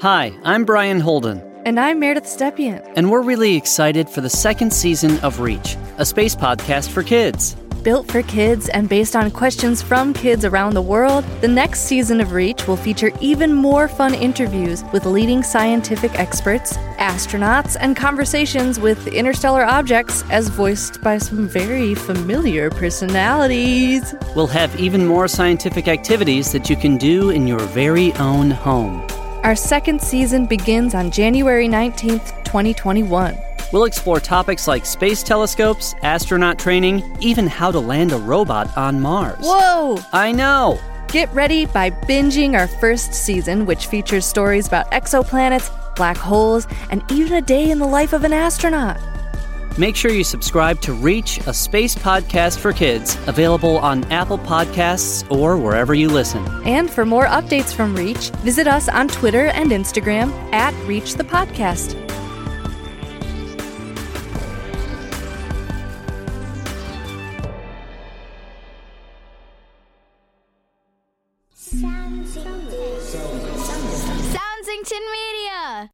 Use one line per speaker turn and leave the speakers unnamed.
Hi, I'm Brian Holden,
And I'm Meredith Stepien.
and we're really excited for the second season of Reach, a space podcast for kids.
Built for kids and based on questions from kids around the world, the next season of Reach will feature even more fun interviews with leading scientific experts, astronauts, and conversations with interstellar objects as voiced by some very familiar personalities.
We'll have even more scientific activities that you can do in your very own home.
Our second season begins on January 19th, 2021.
We'll explore topics like space telescopes, astronaut training, even how to land a robot on Mars.
Whoa!
I know!
Get ready by binging our first season, which features stories about exoplanets, black holes, and even a day in the life of an astronaut.
Make sure you subscribe to Reach, a space podcast for kids, available on Apple Podcasts or wherever you listen.
And for more updates from Reach, visit us on Twitter and Instagram at Reach the Podcast.
Soundsington Media.